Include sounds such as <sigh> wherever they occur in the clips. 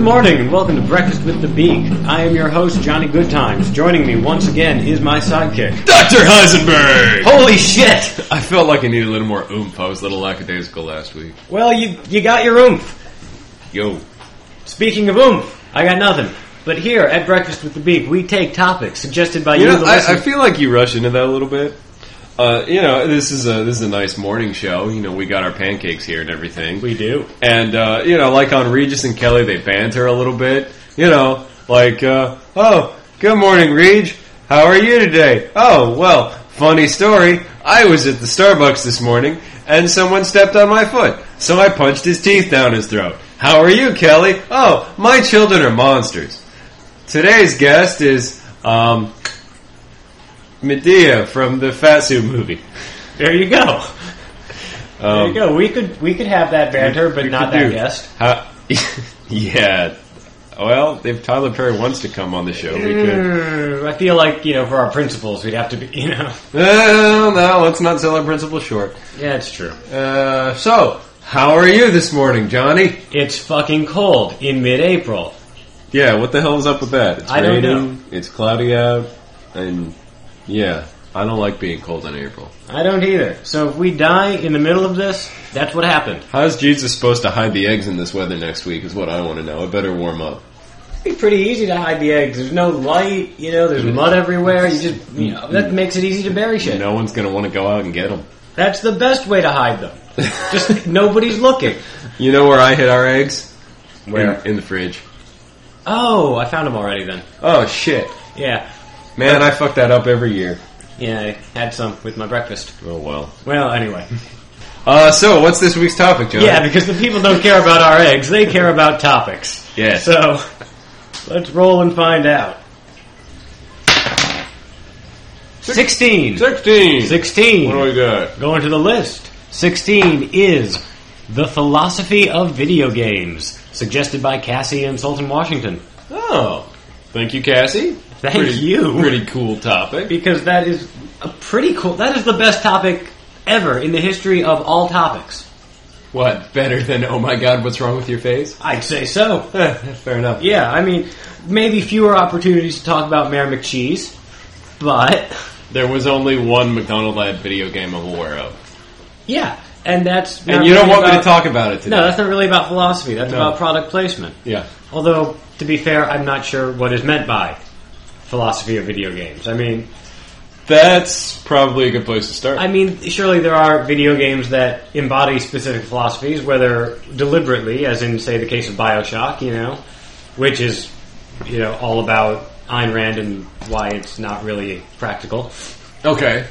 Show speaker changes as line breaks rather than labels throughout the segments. morning and welcome to Breakfast with the Beak. I am your host, Johnny Goodtimes. Joining me once again is my sidekick.
Dr. Heisenberg!
Holy shit!
I felt like I needed a little more oomph. I was a little lackadaisical last week.
Well, you, you got your oomph.
Yo.
Speaking of oomph, I got nothing. But here at Breakfast with the Beak, we take topics suggested by you,
You know,
the
I, I
listener.
feel like you rush into that a little bit. Uh, you know, this is a this is a nice morning show. You know, we got our pancakes here and everything.
we do.
And uh, you know, like on Regis and Kelly, they banter a little bit. You know, like, uh, oh, good morning, Reg. How are you today? Oh, well, funny story. I was at the Starbucks this morning, and someone stepped on my foot, so I punched his teeth down his throat. How are you, Kelly? Oh, my children are monsters. Today's guest is um, Medea from the Fatsu movie.
There you go. There
Um,
you go. We could we could have that banter, but
We
not
could
that
do.
guest.
How- <laughs> yeah. Well, if Tyler Perry wants to come on the show, we could.
Mm, I feel like you know, for our principles, we'd have to be. <laughs> You know,
Well, no, let's not sell our principal short.
yeah, it's true.
Uh, so, how are you this morning, Johnny?
It's fucking cold in mid-April.
Yeah, what the hell is up with that? It's
I don't
raining,
know.
it's cloudy out, and yeah, I don't like being cold in April.
I don't either. So if we die in the middle of this, that's what happened.
How's Jesus supposed to hide the eggs in this weather next week is what I want to know. I better warm up.
It'd be pretty easy to hide the eggs. There's no light, you know, there's mud everywhere. You just, you know, that makes it easy to bury shit.
No one's going to want to go out and get them.
That's the best way to hide them. <laughs> Just nobody's looking.
You know where I hid our eggs?
Where?
In, in the fridge.
Oh, I found them already then.
Oh, shit.
Yeah.
Man, I fuck that up every year.
Yeah, I had some with my breakfast.
Oh well.
Well, anyway.
Uh, so what's this week's topic, John?
Yeah, because the people don't care about our eggs, they care about topics.
Yeah.
So, let's roll and find out. 16.
Sixteen.
16.
What do we got?
Going to the list. 16 is The Philosophy of Video Games, suggested by Cassie and Sultan Washington.
Oh, thank you, Cassie.
Thank you.
Pretty cool topic.
Because that is a pretty cool, that is the best topic ever in the history of all topics.
What better than oh my god, what's wrong with your face?
I'd say so.
Eh, <laughs> Fair enough.
Yeah, I mean, maybe fewer opportunities to talk about Mayor McCheese, but
There was only one McDonald Lad video game I'm aware of,
yeah, and that's.
and
not
you don't
really
want me to
about-
talk about it today.
No, that's not really about philosophy, that's
No.
about product placement.
Yeah.
Although, to be fair, I'm not sure what is meant by philosophy of video games. I mean,
That's probably a good place to start.
I mean, surely there are video games that embody specific philosophies, whether deliberately, as in, say, the case of Bioshock, you know, which is, you know, all about Ayn Rand and why it's not really practical,
okay.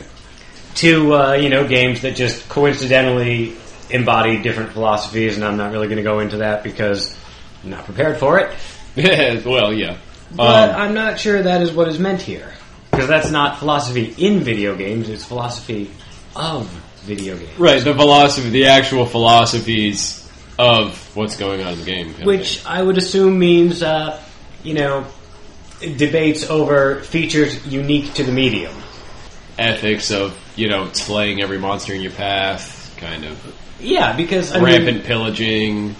to, uh, you know, games that just coincidentally embody different philosophies, and I'm not really going to go into that because I'm not prepared for it.
<laughs> Yeah. Well, yeah.
But
Um,
I'm not sure that is what is meant here. Because that's not philosophy in video games, it's philosophy of video games.
right. The philosophy, the actual philosophies of what's going on in the game. kind of thing.
Which I would assume means, uh, you know, debates over features unique to the medium.
ethics of you know slaying every monster in your path, kind of
Yeah, because I mean-
rampant pillaging.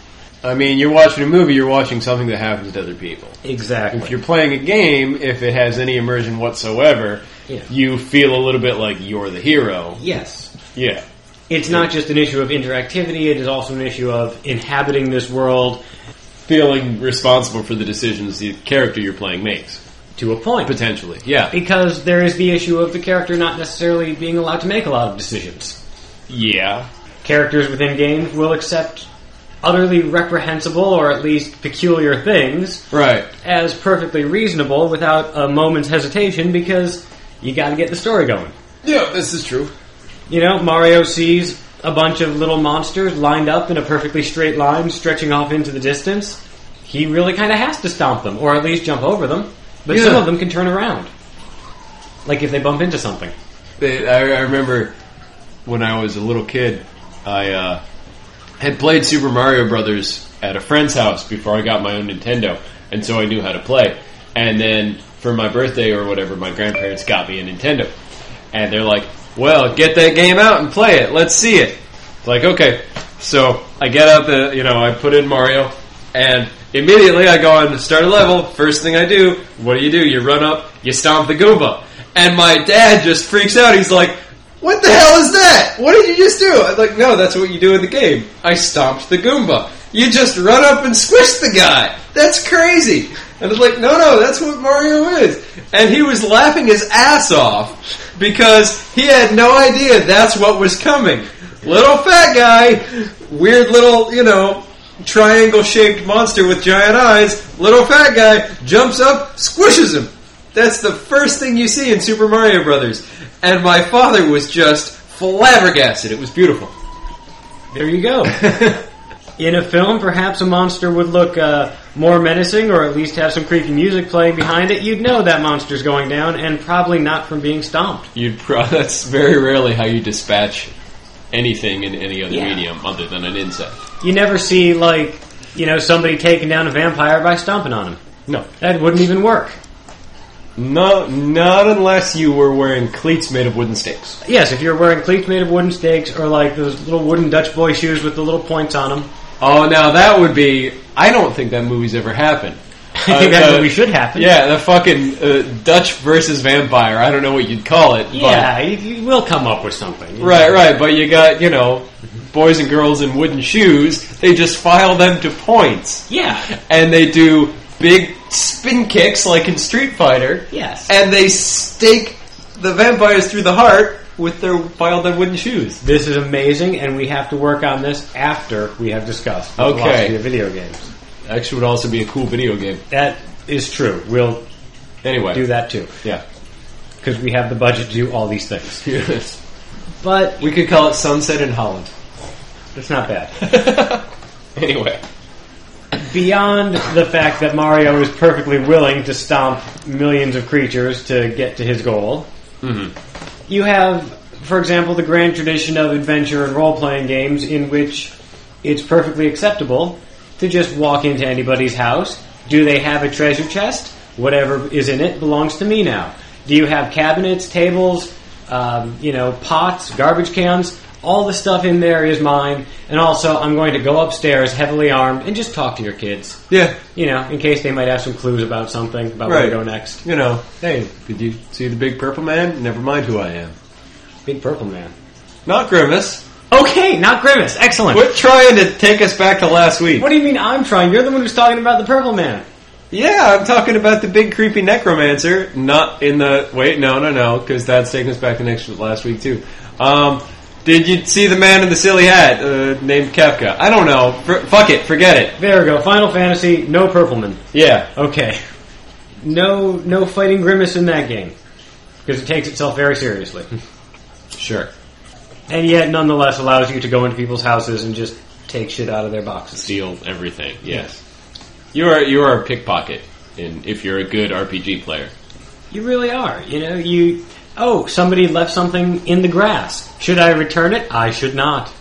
I mean, you're watching a movie, you're watching something that happens to other people. If
exactly.
you're playing a game, if it has any immersion whatsoever,
Yeah.
you feel a little bit like you're the hero.
Yes.
Yeah.
It's not just an issue of interactivity, it is also an issue of inhabiting this world
Feeling responsible for the decisions the character you're playing makes,
to a point.
potentially. Yeah.
because there is the issue of the character not necessarily being allowed to make a lot of decisions.
Yeah.
characters within games will accept utterly reprehensible or at least peculiar things
Right.
as perfectly reasonable without a moment's hesitation because you got to get the story going.
Yeah, this is true.
You know, Mario sees a bunch of little monsters lined up in a perfectly straight line stretching off into the distance. He really kind of has to stomp them or at least jump over them, but some
Yeah.
of them can turn around. Like if they bump into something.
They, I, I remember when I was a little kid, I uh, had played Super Mario Brothers at a friend's house before I got my own Nintendo, and so I knew how to play. And then for my birthday or whatever, my grandparents got me a Nintendo, and they're like, "Well, get that game out and play it. Let's see it." It's like, okay, so I get out the, you know, I put in Mario, and Immediately, I go on to start a level. First thing I do, what do you do? You run up, you stomp the Goomba. And my dad just freaks out. He's like, What the hell is that? What did you just do? I'm like, No, that's what you do in the game. I stomped the Goomba. You just run up and squish the guy. That's crazy. And I was like, No, no, that's what Mario is. And he was laughing his ass off because he had no idea that's what was coming. Little fat guy, weird little, you know, triangle shaped monster with giant eyes, little fat guy jumps up, squishes him. That's the first thing you see in Super Mario Brothers. And my father was just flabbergasted. It was beautiful.
There you <laughs> go. In a film, perhaps a monster would look uh, more menacing or at least have some creepy music playing behind it. You'd know that monster's going down and probably not from being stomped.
You'd
<laughs>
pro- that's very rarely how you dispatch anything in any other
Yeah.
medium other than an insect.
You never see, like, you know, somebody taking down a vampire by stomping on him.
No.
That wouldn't even work.
No, not unless you were wearing cleats made of wooden stakes.
Yes, if you're wearing cleats made of wooden stakes or like those little wooden Dutch boy shoes with the little points on them,
Oh, now that would be. I don't think that movie's ever happened.
<laughs> I think
Uh,
that
uh,
movie should happen.
Yeah, the fucking uh, Dutch versus vampire. I don't know what you'd call it.
yeah, you, you will come up with something.
But, right, right. But you got you know, boys and girls in wooden shoes. They just file them to points,
Yeah.
and they do big spin kicks like in Street Fighter.
Yes.
And they stake the vampires through the heart with their filed them wooden shoes.
This is amazing, and we have to work on this after we have discussed the
Okay.
philosophy of video games.
Actually, would also be a cool video game.
That is true. We'll
Anyway,
do that too
yeah.
because we have the budget to do all these things. But
<laughs> we could call it Sunset in <laughs> Holland.
it's not bad.
anyway.
Beyond the fact that Mario is perfectly willing to stomp millions of creatures to get to his goal, you have, for example, the grand tradition of adventure and role playing games in which it's perfectly acceptable to just walk into anybody's house. Do they have a treasure chest? Whatever is in it belongs to me now. Do you have cabinets, tables, um, you know, pots, garbage cans? All the stuff in there is mine. And also, I'm going to go upstairs heavily armed and just talk to your kids.
Yeah.
You know, in case they might have some clues about something, about where to
Right.
go next.
You know, hey, did you see the big purple man? Never mind who I am.
Big purple man.
Not Grimace.
Okay, not grimace. Excellent.
Quit trying to take us back to last week.
What do you mean I'm trying? You're the one who's talking about the purple man.
Yeah, I'm talking about the big creepy necromancer. Not in the wait, no, no, no, because that's taking us back to next last week too. Um, did you see the man in the silly hat uh, named Kefka? I don't know. F- fuck it, forget it.
There we go. Final Fantasy, no purple man.
Yeah,
Okay. No no fighting grimace in that game. Because it takes itself very
<laughs>
seriously.
sure.
and yet nonetheless allows you to go into people's houses and just take shit out of their boxes.
Steal everything. Yes. You are you are a pickpocket in if you're a good RPG player.
You really are. You know, you Oh, somebody left something in the grass. Should I return it? I should not.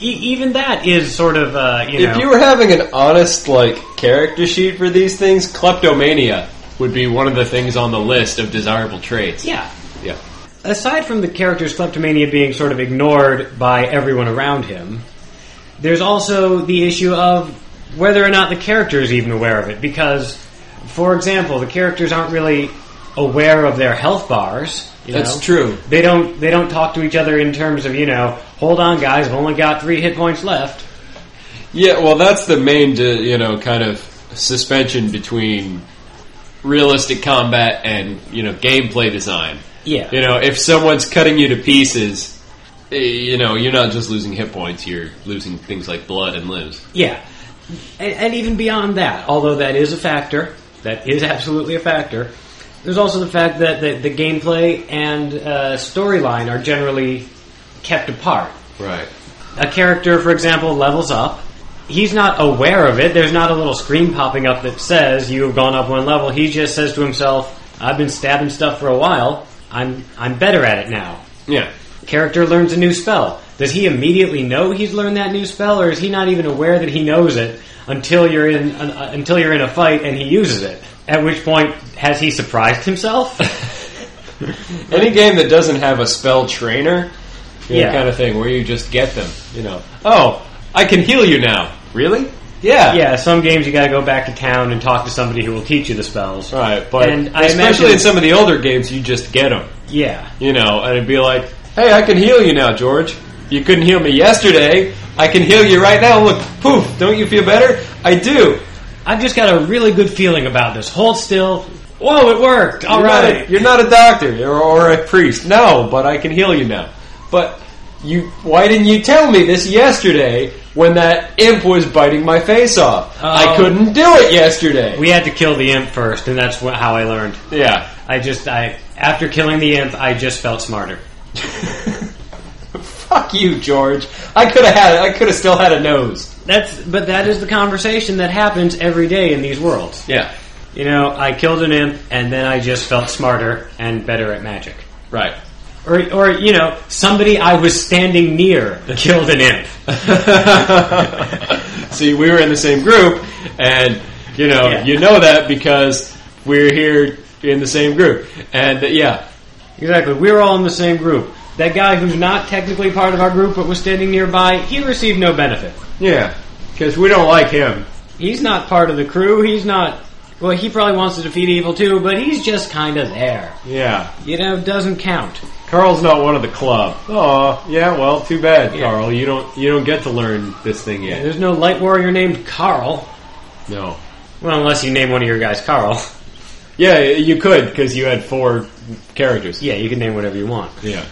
E- even that is sort of uh, you
If
know
you were having an honest like character sheet for these things, kleptomania
Would be one of the things on the list of desirable traits.
Yeah.
Yeah.
aside from the character's kleptomania being sort of ignored by everyone around him, there's also the issue of whether or not the character is even aware of it. Because, for example, the characters aren't really aware of their health bars. you
That's
know?
true.
They don't. They don't talk to each other in terms of you know, hold on, guys, I've only got three hit points left.
Yeah, well, that's the main, uh, you know, kind of suspension between realistic combat and you know gameplay design.
Yeah.
You know, if someone's cutting you to pieces, eh, you know, you're not just losing hit points; you're losing things like blood and limbs.
Yeah, and, and even beyond that, although that is a factor, that is absolutely a factor. There's also the fact that the, the gameplay and uh, storyline are generally kept apart.
Right.
A character, for example, levels up. He's not aware of it. There's not a little screen popping up that says you have gone up one level. He just says to himself, "I've been stabbing stuff for a while. I'm I'm better at it now."
Yeah.
Character learns a new spell. Does he immediately know he's learned that new spell, or is he not even aware that he knows it until you're in an, uh, until you're in a fight and he uses it? At which point, has he surprised himself?
Any game that doesn't have a spell trainer, you know,
Yeah.
kind of thing, where you just get them, you know. Oh, I can heal you now. Really? Yeah.
Yeah, some games you got to go back to town and talk to somebody who will teach you the spells.
Right, but
And I
especially
imagine-
in some of the older games, you just get them,
Yeah,
you know, and it'd be like, hey, I can heal you now, George. You couldn't heal me yesterday. I can heal you right now. Look, poof, don't you feel better? I do.
I've just got a really good feeling about this. Hold still. Whoa, it worked. All
you're
right.
Not a, you're not a doctor or, or a priest. No, but I can heal you now. But you, why didn't you tell me this yesterday when that imp was biting my face off? I
Oh.
couldn't do it yesterday.
We had to kill the imp first, and that's wh- how I learned.
yeah. <laughs>
I just, I after killing the imp, I just felt smarter.
Fuck you, George. I could have had. I could have still had a nose.
That's, but that is the conversation that happens every day in these worlds.
Yeah.
You know, I killed an imp, and then I just felt smarter and better at magic.
Right.
Or, or you know, somebody I was standing near <laughs> killed an imp.
<laughs> See, we were in the same group, and you know,
Yeah.
you know that because we're here in the same group. And uh, yeah,
Exactly. We were all in the same group. That guy who's not technically part of our group but was standing nearby, he received no benefit.
yeah, because we don't like him.
He's not part of the crew. He's not. Well, he probably wants to defeat evil too, but he's just kind of there.
Yeah.
You know, doesn't count.
Carl's not one of the club. Oh, yeah. Well, too bad,
Yeah.
Carl. You don't you don't get to learn this thing yet.
There's no light warrior named Carl.
No.
Well, unless you name one of your guys Carl. <laughs>
Yeah, you could because you had four characters.
Yeah, you can name whatever you want.
Yeah.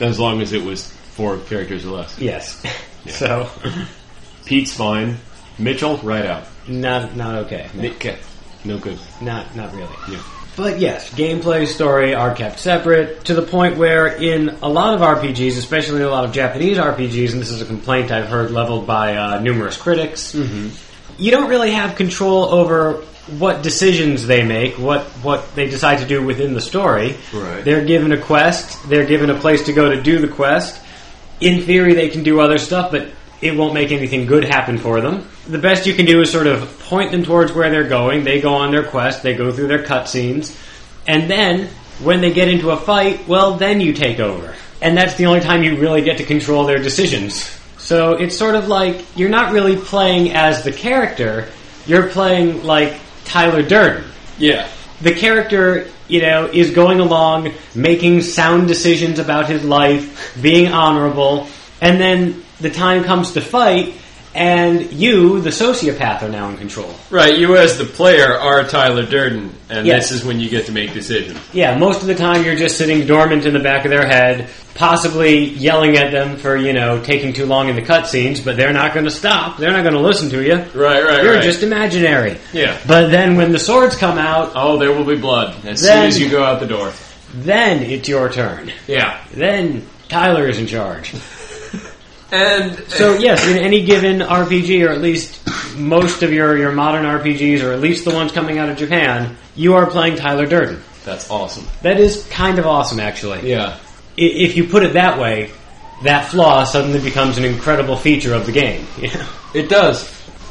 As long as it was four characters or less.
Yes. So,
Pete's fine. Mitchell, right out.
not not okay. No,
Nick, no good.
Not not really.
Yeah.
But yes, gameplay, story are kept separate to the point where in a lot of RPGs, especially a lot of Japanese RPGs, and this is a complaint I've heard leveled by uh, numerous critics, you don't really have control over what decisions they make, what what they decide to do within the story.
Right.
They're given a quest, they're given a place to go to do the quest. In theory, they can do other stuff, but it won't make anything good happen for them. The best you can do is sort of point them towards where they're going. They go on their quest, they go through their cutscenes, and then when they get into a fight, well, then you take over. And that's the only time you really get to control their decisions. So it's sort of like you're not really playing as the character, you're playing like Tyler Durden
Yeah.
the character, you know, is going along, making sound decisions about his life, being honorable, and then the time comes to fight, and you, the sociopath, are now in control.
Right, you as the player are Tyler Durden, and
Yes.
this is when you get to make decisions.
Yeah, most of the time you're just sitting dormant in the back of their head, possibly yelling at them for, you know, taking too long in the cutscenes, but they're not going to stop. They're not going to listen to you.
Right, right,
You're
right.
just imaginary.
Yeah.
But then when the swords come out,
Oh, there will be blood as soon
Then-
as you go out the door.
then it's your turn. <laughs>
Yeah.
Then Tyler is in charge.
And
So yes, in any given RPG, or at least most of your, your modern RPGs, or at least the ones coming out of Japan, you are playing Tyler Durden.
that's awesome.
That is kind of awesome, actually.
Yeah.
I- If you put it that way, that flaw suddenly becomes an incredible feature of the game. <laughs> you know?
It does.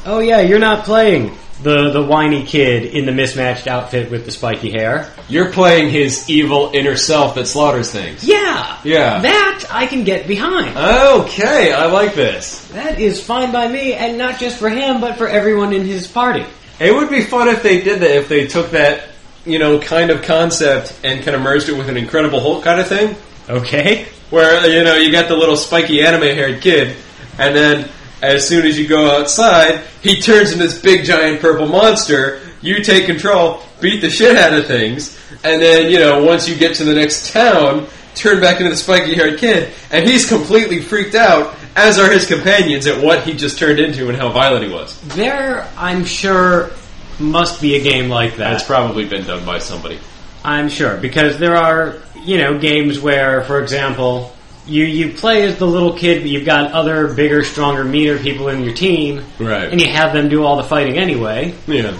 oh yeah, you're not playing the the whiny kid in the mismatched outfit with the spiky hair.
You're playing his evil inner self that slaughters things.
Yeah,
Yeah.
that I can get behind.
Okay, I like this.
That is fine by me, and not just for him, but for everyone in his party.
It would be fun if they did that, if they took that, you know, kind of concept and kind of merged it with an Incredible Hulk kind of thing.
Okay.
where you know you got the little spiky anime haired kid, and then as soon as you go outside, he turns into this big giant purple monster. You take control, beat the shit out of things, and then you know once you get to the next town, turn back into the spiky haired kid, and he's completely freaked out, as are his companions at what he just turned into and how violent he was.
There, I'm sure, must be a game like that.
That's probably been done by somebody.
I'm sure because there are, you know, games where, for example, you you play as the little kid, but you've got other bigger, stronger, meaner people in your team,
Right.
And you have them do all the fighting anyway.
Yeah.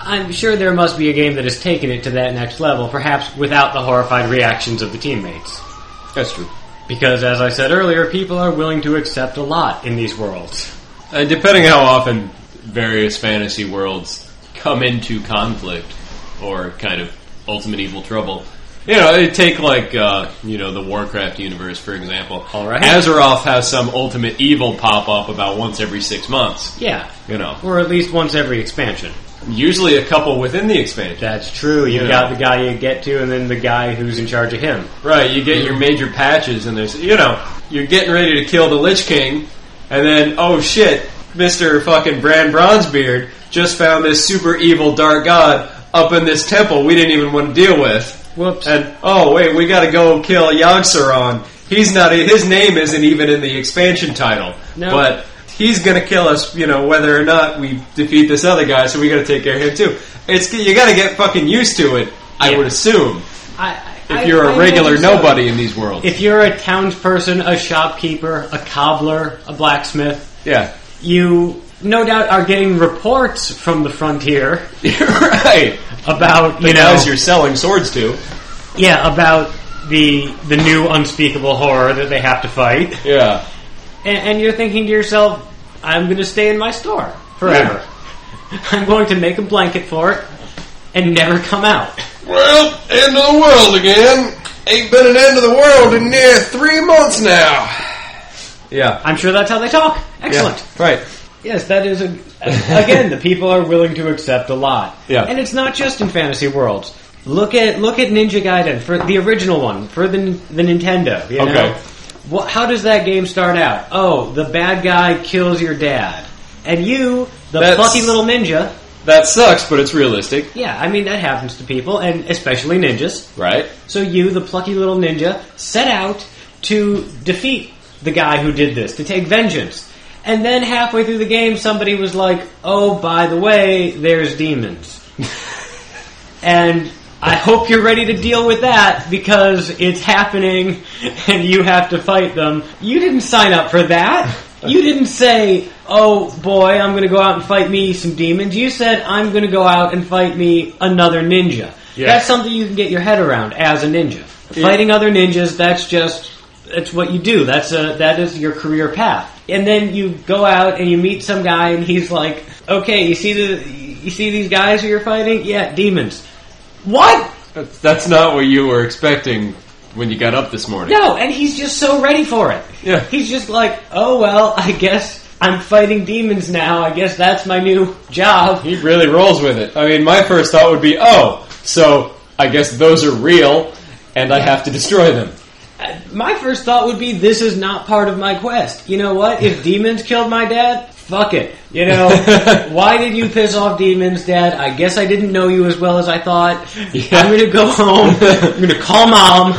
I'm sure there must be a game that has taken it to that next level, perhaps without the horrified reactions of the teammates.
That's true.
Because, as I said earlier, people are willing to accept a lot in these worlds.
Uh, depending how often various fantasy worlds come into conflict or kind of ultimate evil trouble, you know, they take like uh, you know the Warcraft universe for example.
All right.
Azeroth has some ultimate evil pop up about once every six months.
Yeah,
You know,
or at least once every expansion.
usually a couple within the expansion.
That's true. You
Yeah.
got the guy you get to, and then the guy who's in charge of him.
Right, you get your major patches, and there's, you know, you're getting ready to kill the Lich King, and then, oh shit, Mr. fucking Bran Bronzebeard just found this super evil dark god up in this temple we didn't even want to deal with.
Whoops.
And, oh wait, we gotta go kill Yogg-Saron. He's not, his name isn't even in the expansion title.
No.
But he's gonna kill us, you know, whether or not we defeat this other guy, so we gotta take care of him too. It's, you gotta get fucking used to it, I
Yeah.
would assume.
I,
If you're
a
a regular nobody in these worlds.
If you're a townsperson, a shopkeeper, a cobbler, a blacksmith,
yeah. <laughs>
you no doubt are getting reports from the frontier
right.
about you
You
know
guys you're selling swords to.
yeah about the the new unspeakable horror that they have to fight,
Yeah.
and, and you're thinking to yourself, I'm going to stay in my store forever. <laughs> I'm going to make a blanket for it and never come out.
Well, end of the world again. Ain't been an end of the world in near three months now. Yeah.
I'm sure that's how they talk. Excellent.
Yeah. Right.
Yes, that is a, again the people are willing to accept a lot.
Yeah.
and it's not just in fantasy worlds. Look at look at Ninja Gaiden for the original one for the the Nintendo. You
Okay.
Know? Wha- how does that game start out? Oh, the bad guy kills your dad, and you, the
That's-
plucky little ninja.
That sucks, but it's realistic.
Yeah, I mean that happens to people, and especially ninjas.
Right.
So you, the plucky little ninja, set out to defeat the guy who did this, to take vengeance. And then halfway through the game, somebody was like, oh, by the way, there's demons. and I hope you're ready to deal with that because it's happening and you have to fight them. You didn't sign up for that. You didn't say, oh boy, I'm going to go out and fight me some demons. You said, I'm going to go out and fight me another ninja.
Yeah.
That's something you can get your head around as a ninja. Fighting other ninjas, that's just that's what you do. That's a that is your career path. And then you go out and you meet some guy and he's like, "Okay, you see the you see these guys who you're fighting? Yeah, demons. What?
That's, that's not what you were expecting when you got up this morning.
No, and he's just so ready for it.
Yeah.
He's just like, "Oh well, I guess I'm fighting demons now. I guess that's my new job."
He really rolls with it. I mean, my first thought would be, oh, so I guess those are real, and I have to destroy them.
My first thought would be, this is not part of my quest. You know what?
<laughs>
If demons killed my dad, fuck it. You know, why did you piss off demons, dad? I guess I didn't know you as well as I thought. I'm gonna go home. I'm gonna call
<laughs>
mom.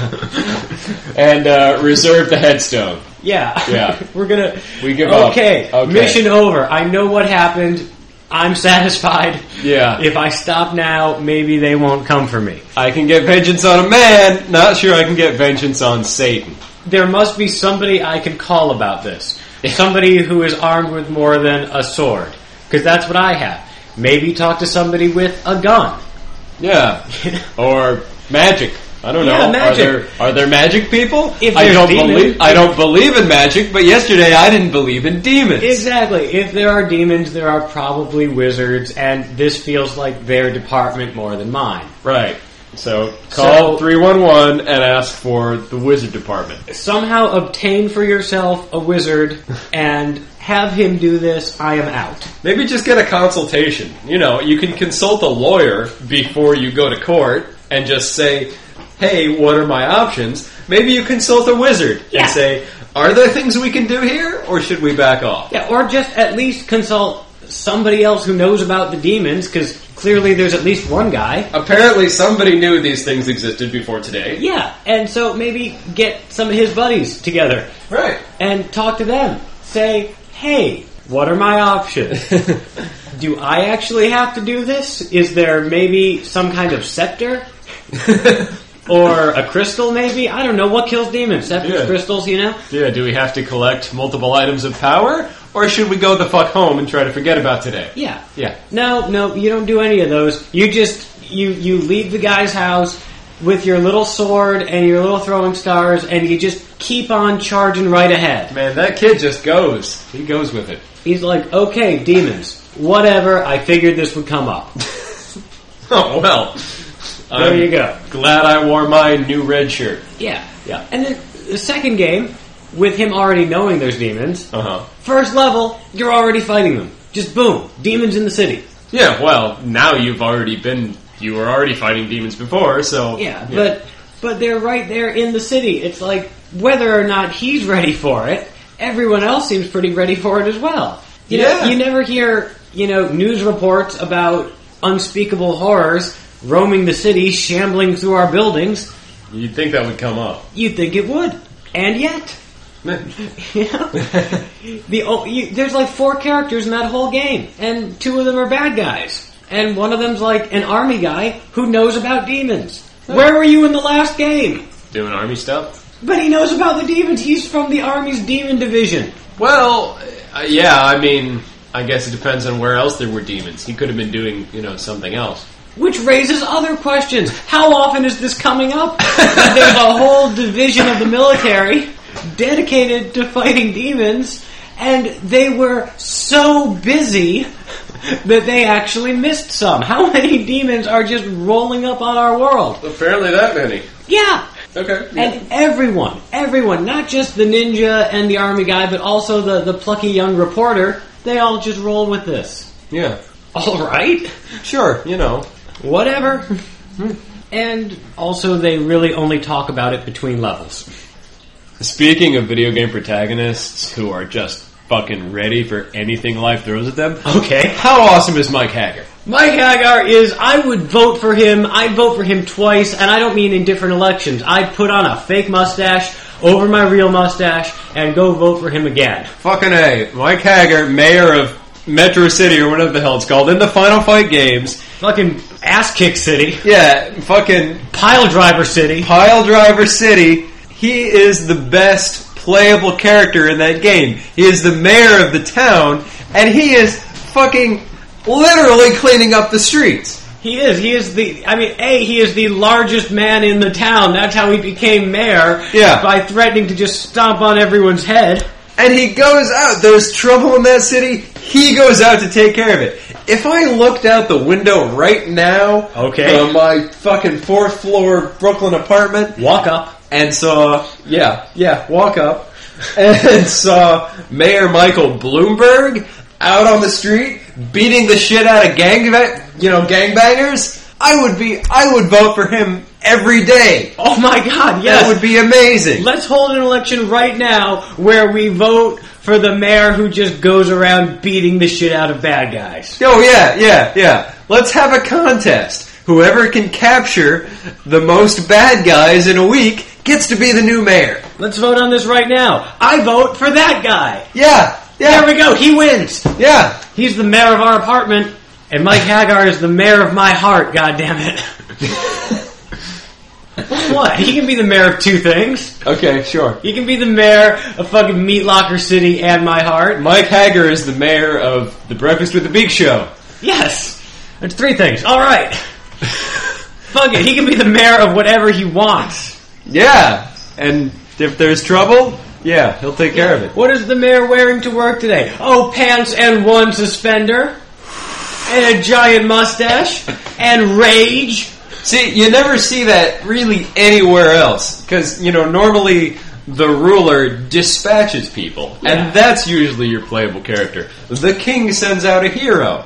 And uh, reserve the headstone.
Yeah.
Yeah.
<laughs> We're gonna.
We give up.
okay,
Okay.
Mission over. I know what happened. I'm satisfied.
Yeah.
If I stop now, maybe they won't come for me.
I can get vengeance on a man, not sure I can get vengeance on Satan.
there must be somebody I can call about this. Somebody who is armed with more than a sword. Because that's what I have. Maybe talk to somebody with a gun.
<laughs> Yeah. or magic. I don't know.
Yeah, magic.
Are there are there magic people?
If
I
there's
don't
demons-
believe I don't believe in magic, but yesterday I didn't believe in demons.
Exactly. If there are demons, there are probably wizards, and this feels like their department more than mine.
right. So call 311 and ask for the wizard department.
Somehow obtain for yourself a
<laughs>
wizard and have him do this. I am out.
Maybe just get a consultation. You know, you can consult a lawyer before you go to court and just say, hey, what are my options? Maybe you consult a wizard
Yeah.
and say, are there things we can do here or should we back off?
Yeah, or just at least consult somebody else who knows about the demons, because clearly there's at least one guy.
Apparently, somebody knew these things existed before today.
Yeah, and so maybe get some of his buddies together
Right.
and talk to them. Say, hey, what are my options?
<laughs>
do I actually have to do this? Is there maybe some kind of
<laughs>
scepter? or a crystal, maybe? I don't know. What kills demons? Scepters,
Yeah.
crystals, you know?
Yeah, do we have to collect multiple items of power or should we go the fuck home and try to forget about today?
Yeah.
Yeah.
No, no, you don't do any of those. You just you you leave the guy's house with your little sword and your little throwing stars, and you just keep on charging right ahead.
Man, that kid just goes. He goes with it.
He's like,
<laughs>
okay, demons, whatever. I figured this would come up.
Oh, well.
There you go.
Glad I wore my new red shirt.
<laughs> Yeah.
Yeah.
And then the second game, with him already knowing there's demons,
Uh huh.
first level, you're already fighting them. Just boom, demons in the city.
Yeah, well, now you've already been. You were already fighting demons before, so.
Yeah, but but they're right there in the city. It's like whether or not he's <laughs> ready for it, everyone else seems pretty ready for it as well. You know,
Yeah.
you never hear, you know, news reports about unspeakable horrors roaming the city, shambling through our buildings.
You'd think that would come up.
You'd think it would. And yet, <laughs> you know, the o- you, there's like four characters in that whole game, and two of them are bad guys, and one of them's like an army guy who knows about demons. Where were you in the last game?
Doing army stuff?
But he knows about the demons. He's from the army's demon division.
Well, uh, yeah, I mean, I guess it depends on where else there were demons. He could have been doing, you know, something else.
Which raises other questions. How often is this coming up? That there's a whole division of the military dedicated to fighting demons, and they were so busy that they actually missed some. How many demons are just rolling up on our world?
Apparently, that many.
Yeah!
Okay.
And everyone, everyone, not just the ninja and the army guy, but also the, the plucky young reporter, they all just roll with this.
Yeah.
Alright?
Sure, you know.
whatever. <laughs> and also, they really only talk about it between levels.
Speaking of video game protagonists who are just fucking ready for anything life throws at them,
Okay.
how awesome is Mike Hager?
Mike Hagar is, I would vote for him. I'd vote for him twice, and I don't mean in different elections. I'd put on a fake mustache over my real mustache and go vote for him again.
Fucking A. Mike Hager, mayor of Metro City or whatever the hell it's called, in the Final Fight games.
Fucking ass kick city,
Yeah, fucking
pile driver city.
Pile Driver City. He is the best playable character in that game. He is the mayor of the town, and he is fucking literally cleaning up the streets.
He is. He is the. I mean, a. He is the largest man in the town. That's how he became mayor.
Yeah.
By threatening to just stomp on everyone's head.
And he goes out. There's trouble in that city. He goes out to take care of it. If I looked out the window right now
Okay.
from my fucking fourth floor Brooklyn apartment
Walk up.
and saw, yeah, yeah, walk up, <laughs> and saw Mayor Michael Bloomberg out on the street beating the shit out of gang, you know, gangbangers, I would be, I would vote for him every day.
Oh my god, yes.
That would be amazing.
Let's hold an election right now where we vote for the mayor who just goes around beating the shit out of bad guys.
Oh yeah, yeah, yeah. Let's have a contest. Whoever can capture the most bad guys in a week gets to be the new mayor.
Let's vote on this right now. I vote for that guy.
Yeah,
There
yeah,
we go, he wins.
yeah.
He's the mayor of our apartment, and Mike Haggard is the mayor of my heart, God damn it! <laughs> what? He can be the mayor of two things.
Okay, sure.
He can be the mayor of fucking Meat Locker City and my heart.
Mike Hager is the mayor of the Breakfast with the Big Show.
Yes! There's three things.
<laughs>
Alright. Fuck it, he can be the mayor of whatever he wants.
Yeah, and if there's trouble, yeah, he'll take care of it.
What is the mayor wearing to work today? Oh, pants and one suspender. And a giant mustache. And rage.
See, you never see that really anywhere else because you know normally the ruler dispatches people,
Yeah.
and that's usually your playable character. The king sends out a hero.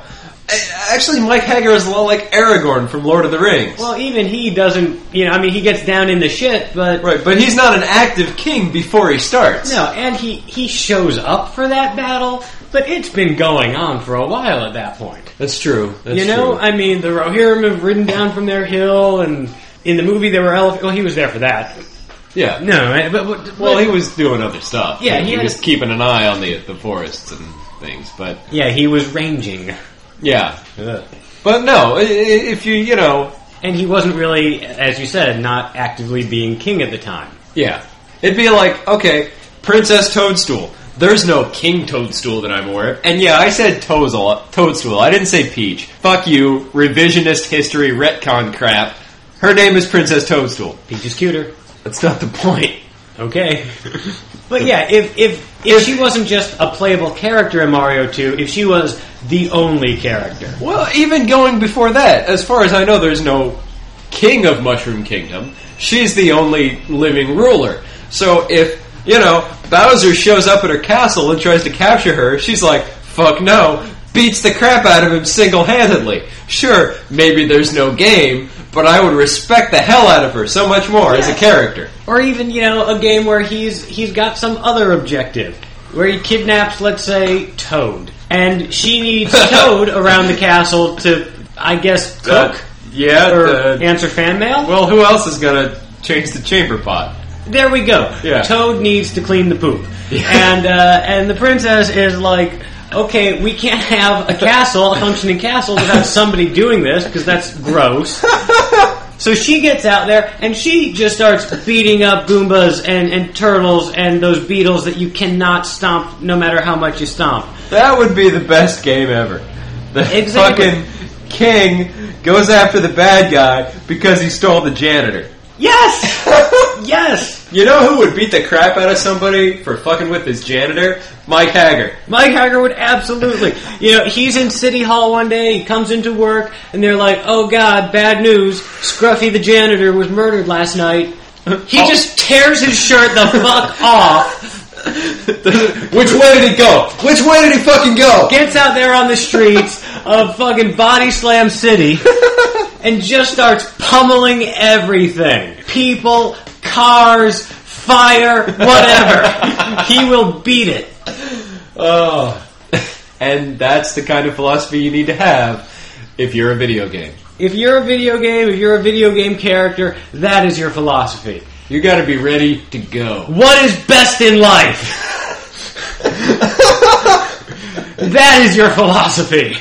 A- Actually, Mike Hager is a lot like Aragorn from Lord of the Rings,
Well, even he doesn't, you know, I mean, he gets down in the shit, but.
right? But he's not an active king before he starts.
No, and he, he shows up for that battle, but it's been going on for a while at that point.
That's true. That's
you know,
true.
I mean, the Rohirrim have ridden down from their hill, and in the movie there were elephants. Well, he was there for that.
yeah.
No, I- but, but
Well, he was doing other stuff.
Yeah, he
he,
had
was
a-
keeping an eye on the the forests and things, but
yeah, he was ranging,
yeah. But no, i- i- if you you know,
and he wasn't really, as you said, not actively being king at the time.
yeah, it'd be like okay, Princess Toadstool. There's no King Toadstool that I'm aware of, and yeah, I said toes a lot, Toadstool. I didn't say Peach. Fuck you, revisionist history retcon crap. Her name is Princess Toadstool.
Peach is cuter.
That's not the point.
<laughs> Okay, but yeah, if if if she wasn't just a playable character in Mario Two, if she was the only character,
Well, even going before that, as far as I know, there's no king of Mushroom Kingdom. She's the only living ruler. So if, you know, Bowser shows up at her castle and tries to capture her, she's like, fuck no, beats the crap out of him single handedly. Sure, maybe there's no game, but I would respect the hell out of her so much more as a
Yeah.
character.
Or even, you know, a game where he's he's got some other objective. Where he kidnaps, let's say, Toad. And she
<laughs>
needs Toad around the castle to, I guess, cook
yeah,
or
the-
answer fan mail.
well, who else is gonna change the chamber pot?
There we go.
Yeah.
Toad needs to clean the poop, and uh, and the princess is like, okay, we can't have a castle, a functioning castle, without somebody doing this because that's gross. So she gets out there and she just starts beating up Goombas and, and turtles and those beetles that you cannot stomp no matter how much you stomp.
That would be the best game ever. The
Exactly.
fucking king goes after the bad guy because he stole the janitor.
Yes,
<laughs>
yes.
You know who would beat the crap out of somebody for fucking with his janitor? Mike Hager.
Mike Hager would absolutely. You know, he's in City Hall one day, he comes into work, and they're like, oh god, bad news. Scruffy the janitor was murdered last night. He just tears his shirt the fuck off,
Which way did he go? Which way did he fucking go?
gets out there on the streets of fucking Body Slam City, and just starts pummeling everything. People, cars, fire, whatever. he will beat it.
Oh. <laughs> and that's the kind of philosophy you need to have if you're a video game.
If you're a video game, if you're a video game character, that is your philosophy.
You gotta be ready to go.
What is best in life? that is your philosophy.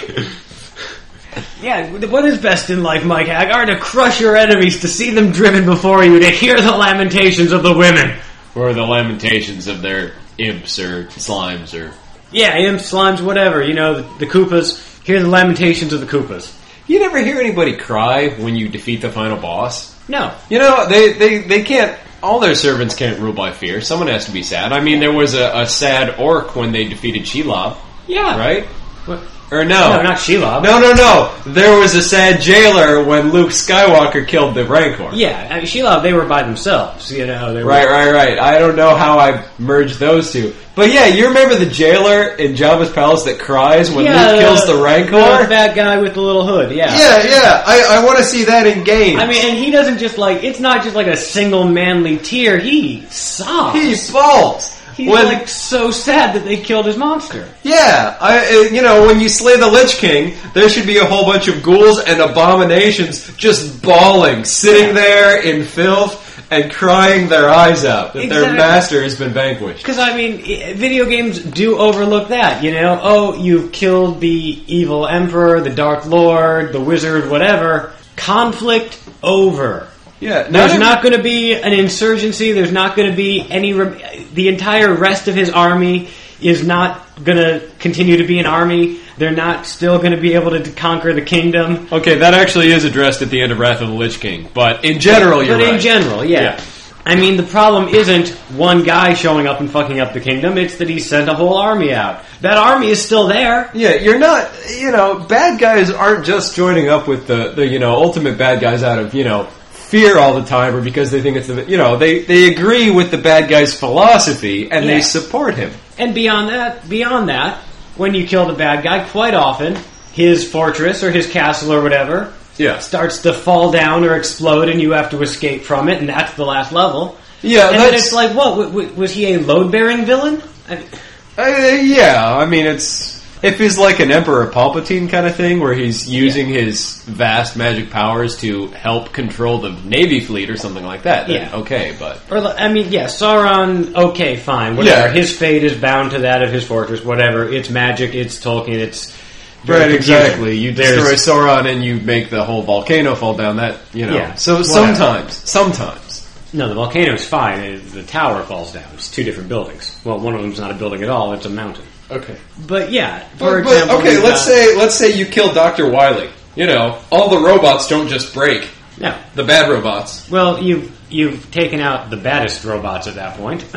Yeah, what is best in life, Mike Hagar? To crush your enemies, to see them driven before you, to hear the lamentations of the women.
Or the lamentations of their imps or slimes or
Yeah, imps, slimes, whatever, you know, the, the Koopas. Hear the lamentations of the Koopas.
You never hear anybody cry when you defeat the final boss.
No.
You know, they, they, they can't, all their servants can't rule by fear. Someone has to be sad. I mean, there was a, a sad orc when they defeated Shelob,
Yeah.
right?
What?
Or no.
No, not Shelob.
no, no, no. There was a sad jailer when Luke Skywalker killed the Rancor.
Yeah, I mean, Shelob, they were by themselves, you know. They were,
Right, right, right. I don't know how I merged those two. But yeah, you remember the jailer in Jabba's palace that cries when Luke kills the Rancor?
uh, The fat guy with the little hood, yeah.
yeah, yeah. I, I want to see that in game.
I mean, and he doesn't just like, it's not just like a single manly tear, he sobs.
he falls.
He's
when,
like so sad that they killed his monster.
Yeah, I, uh, you know, when you slay the Lich King, there should be a whole bunch of ghouls and abominations just bawling, sitting there in filth and crying their eyes out that their
Exactly.
master has been vanquished.
Because, I mean, i- video games do overlook that, you know? Oh, you've killed the evil emperor, the dark lord, the wizard, whatever. Conflict over.
Yeah, not
There's
every-
not going to be an insurgency. There's not going to be any. Re- the entire rest of his army is not going to continue to be an army. They're not still going to be able to conquer the kingdom.
Okay, that actually is addressed at the end of Wrath of the Lich King, but in general, you're
But in
right.
general, yeah.
Yeah.
I mean, the problem isn't one guy showing up and fucking up the kingdom. It's that he sent a whole army out. That army is still there.
Yeah, you're not. You know, bad guys aren't just joining up with the, the you know ultimate bad guys out of you know fear all the time or because they think it's the you know they they agree with the bad guy's philosophy and
Yeah.
they support him.
And beyond that, beyond that, when you kill the bad guy, quite often his fortress or his castle or whatever
Yeah,
starts to fall down or explode, and you have to escape from it, and that's the last level.
Yeah,
and then
that's-
it's like, what? W- w- was he a load-bearing villain? I mean,
Uh, yeah, I mean it's if he's like an Emperor Palpatine kind of thing, where he's using his vast magic powers to help control the Navy fleet or something like that. Then
Yeah.
okay, but
or li- I mean, yeah, Sauron. Okay, fine, whatever.
Yeah.
His fate is bound to that of his fortress. Whatever. It's magic. It's Tolkien. It's very
right,
confusing.
exactly. You
There's-
destroy Sauron and you make the whole volcano fall down. That you know.
Yeah,
So
whatever.
sometimes, sometimes.
No, the volcano's fine. It- The tower falls down. It's two different buildings. Well, one of them's not a building at all. It's a mountain.
Okay.
But yeah, for
But,
example,
okay,
we've
let's
got-
say let's say you kill Doctor Wiley. You know, all the robots don't just break.
no.
The bad robots.
Well, you've you've taken out the baddest robots at that point. <laughs>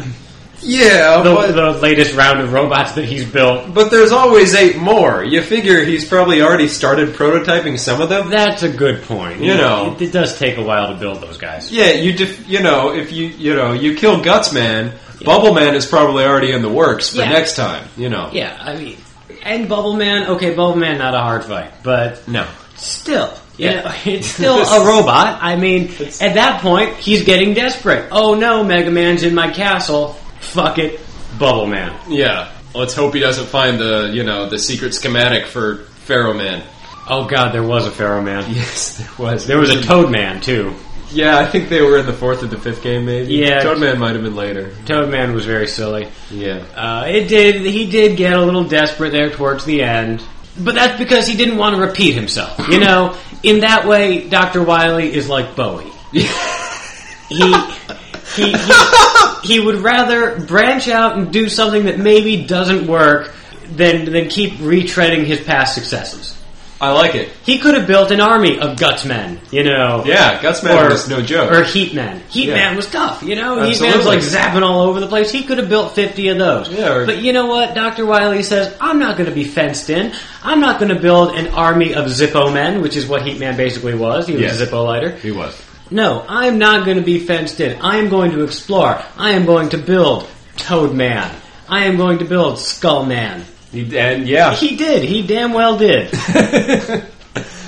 Yeah,
The,
but,
the latest round of robots that he's built.
but there's always eight more. You figure he's probably already started prototyping some of them.
That's a good point.
You know.
it, it does take a while to build those guys.
Yeah, you def- you know if you you know you kill Gutsman, Bubbleman is probably already in the works for
Yeah.
next time. You know,
Yeah, I mean, and Bubbleman. Okay, Bubbleman, not a hard fight, but
no,
still. you
Yeah.
know, <laughs> it's still a robot. I mean, at that point, he's getting desperate. Oh no, Mega Man's in my castle. Fuck it, Bubble Man.
yeah. Let's hope he doesn't find the you know the secret schematic for Pharaoh Man.
Oh god, there was a Pharaoh Man.
<laughs> Yes, there was.
There was a Toad Man too.
Yeah, I think they were in the fourth or the fifth game, maybe.
Yeah.
Toadman might have been later.
Toad Man was very silly.
Yeah.
Uh, it did. He did get a little desperate there towards the end, but that's because he didn't want to repeat himself. You know, in that way, Doctor Wiley is like Bowie. he, he, he, he would rather branch out and do something that maybe doesn't work than, than keep retreading his past successes.
I like it.
He could have built an army of gutsmen, you know.
Yeah, Gutsman
Or,
was no joke.
or Heatman. Heatman was tough, you know. Heatman was
Absolutely.
like zapping all over the place. He could have built fifty of those.
Yeah, or-
but you know what? Doctor Wiley says I'm not going to be fenced in. I'm not going to build an army of Zippo men, which is what Heatman basically was. He was
Yes.
a Zippo lighter.
he was.
No, I'm not going to be fenced in. I am going to explore. I am going to build Toad Man. I am going to build Skull Man.
He, and
<laughs>
yeah. <laughs>
He did. He damn well did.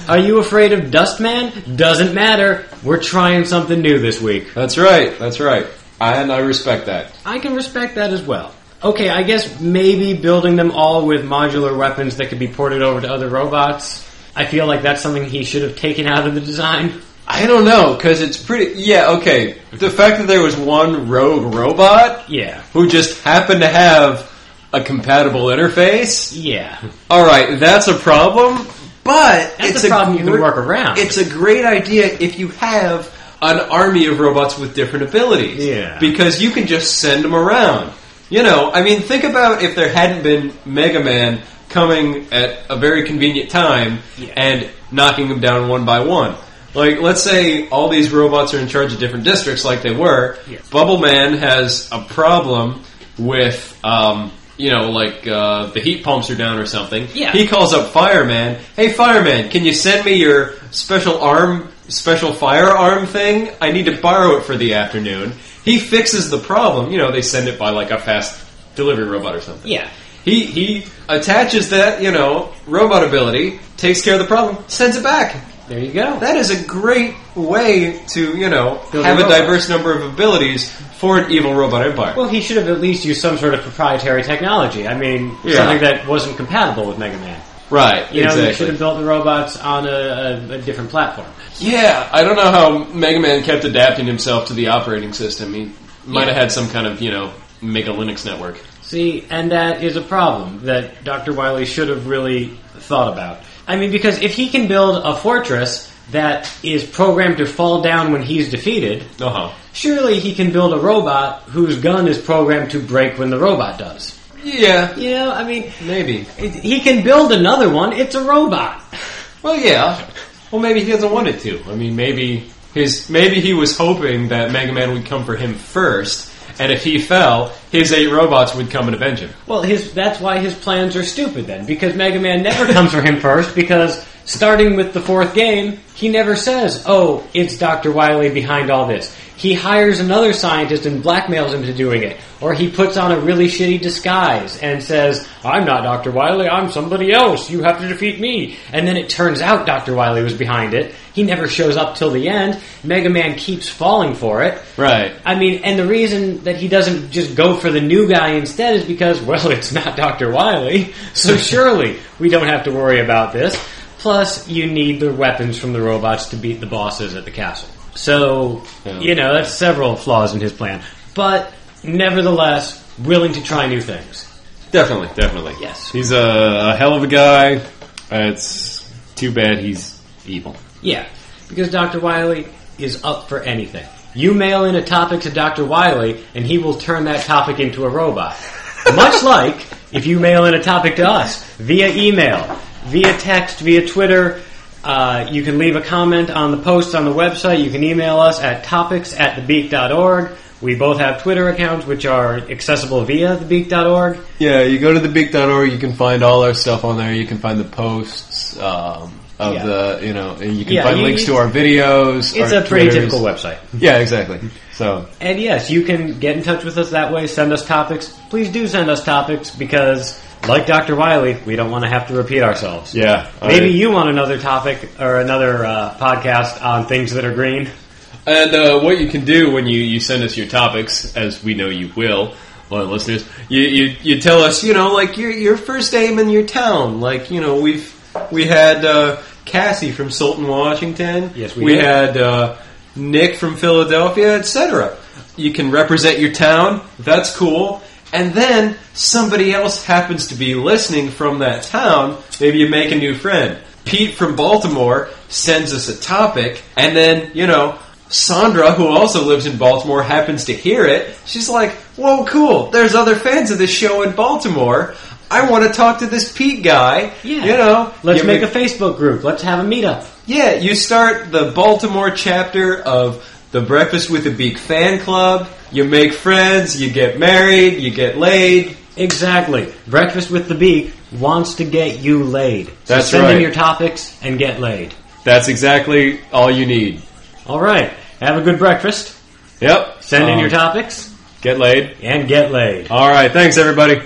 Are you afraid of Dust Man? Doesn't matter. We're trying something new this week.
That's right. That's right. And I respect that.
I can respect that as well. Okay, I guess maybe building them all with modular weapons that could be ported over to other robots. I feel like that's something he should have taken out of the design.
I don't know because it's pretty. Yeah. Okay. The fact that there was one rogue robot
Yeah.
who just happened to have a compatible interface.
Yeah.
All right, that's a problem. But
That's
it's
a problem you can
gr-
work around.
It's a great idea if you have an army of robots with different abilities.
Yeah.
Because you can just send them around. You know, I mean, think about if there hadn't been Mega Man coming at a very convenient time
Yeah.
and knocking them down one by one. Like, let's say all these robots are in charge of different districts, like they were.
Yes.
Bubble Man has a problem with, um, you know, like uh, the heat pumps are down or something.
Yeah.
He calls up Fireman. Hey, Fireman, can you send me your special arm, special firearm thing? I need to borrow it for the afternoon. He fixes the problem. You know, they send it by like a fast delivery robot or something.
Yeah.
He he attaches that you know robot ability, takes care of the problem, sends it back.
There you go.
That is a great way to you know
Build a
have a
robot.
diverse number of abilities for an evil robot empire.
Well, he should have at least used some sort of proprietary technology. I mean,
Yeah.
something that wasn't compatible with Mega Man.
right,
You know, he should
exactly.
have built the robots on a, a, a different platform.
Yeah, I don't know how Mega Man kept adapting himself to the operating system. He might have had some kind of, you know, make a Linux network.
See, and that is a problem that Dr. Wiley should have really thought about. I mean, because if he can build a fortress that is programmed to fall down when he's defeated,
Uh huh.
surely he can build a robot whose gun is programmed to break when the robot does.
Yeah,
You know, I mean,
maybe.
it, he can build another one, it's a robot.
Well, yeah. Well, maybe he doesn't want it to. I mean, maybe his maybe he was hoping that Mega Man would come for him first, and if he fell, his eight robots would come and avenge him.
Well, his that's why his plans are stupid then, because Mega Man never <laughs> comes for him first. Because starting with the fourth game, he never says, "Oh, it's Doctor Wiley behind all this." He hires another scientist and blackmails him to doing it, or he puts on a really shitty disguise and says, "I'm not Doctor Wiley. I'm somebody else. You have to defeat me." And then it turns out Doctor Wiley was behind it. He never shows up till the end. Mega Man keeps falling for it.
Right.
I mean, and the reason that he doesn't just go for the new guy instead is because, <laughs> well, it's not Dr. Wiley, so surely we don't have to worry about this. Plus, you need the weapons from the robots to beat the bosses at the castle. So,
Yeah.
you know, that's several flaws in his plan. But, nevertheless, willing to try new things.
Definitely, definitely.
Yes.
He's a, a hell of a guy. It's too bad he's evil.
Yeah, because Dr. Wiley is up for anything. You mail in a topic to Dr. Wiley, and he will turn that topic into a robot. Much like if you mail in a topic to us via email, via text, via Twitter. Uh, you can leave a comment on the post on the website. You can email us at topics at thebeak.org. We both have Twitter accounts, which are accessible via thebeak.org.
Yeah, you go to thebeak.org. You can find all our stuff on there. You can find the posts um, of
Yeah.
the, you know, and you can
Yeah,
find
you-
links to our videos.
It's
our
a pretty
Twitters.
typical website.
Yeah, exactly. So
And yes, you can get in touch with us that way. Send us topics. Please do send us topics because, like Dr. Wiley, we don't want to have to repeat ourselves.
yeah,
Maybe
I-
you want another topic or another uh, podcast on things that are green.
And uh, what you can do when you, you send us your topics, as we know you will, loyal listeners,
uh, you, you you tell us, you know, like your your first name in your town. Like you know, we've we had uh, Cassie from Sultan, Washington.
Yes, we did.
had uh, Nick from Philadelphia, etc. You can represent your town. That's cool. And then somebody else happens to be listening from that town. Maybe you make a new friend. Pete from Baltimore sends us a topic, and then you know Sandra, who also lives in Baltimore, happens to hear it. She's like, "Whoa, cool! There's other fans of this show in Baltimore. I want to talk to this Pete guy.
Yeah.
You know,
Let's
you
make a Facebook group. Let's have a meetup.
yeah, you start the Baltimore chapter of the Breakfast with a Beak fan club. You make friends, you get married, you get laid.
Exactly. Breakfast with the Beak wants to get you laid. So
That's
send
right.
in your topics and get laid.
That's exactly all you need.
All right. Have a good breakfast.
Yep.
Send in
Um,
your topics
Get laid.
and get laid.
All right. Thanks, everybody.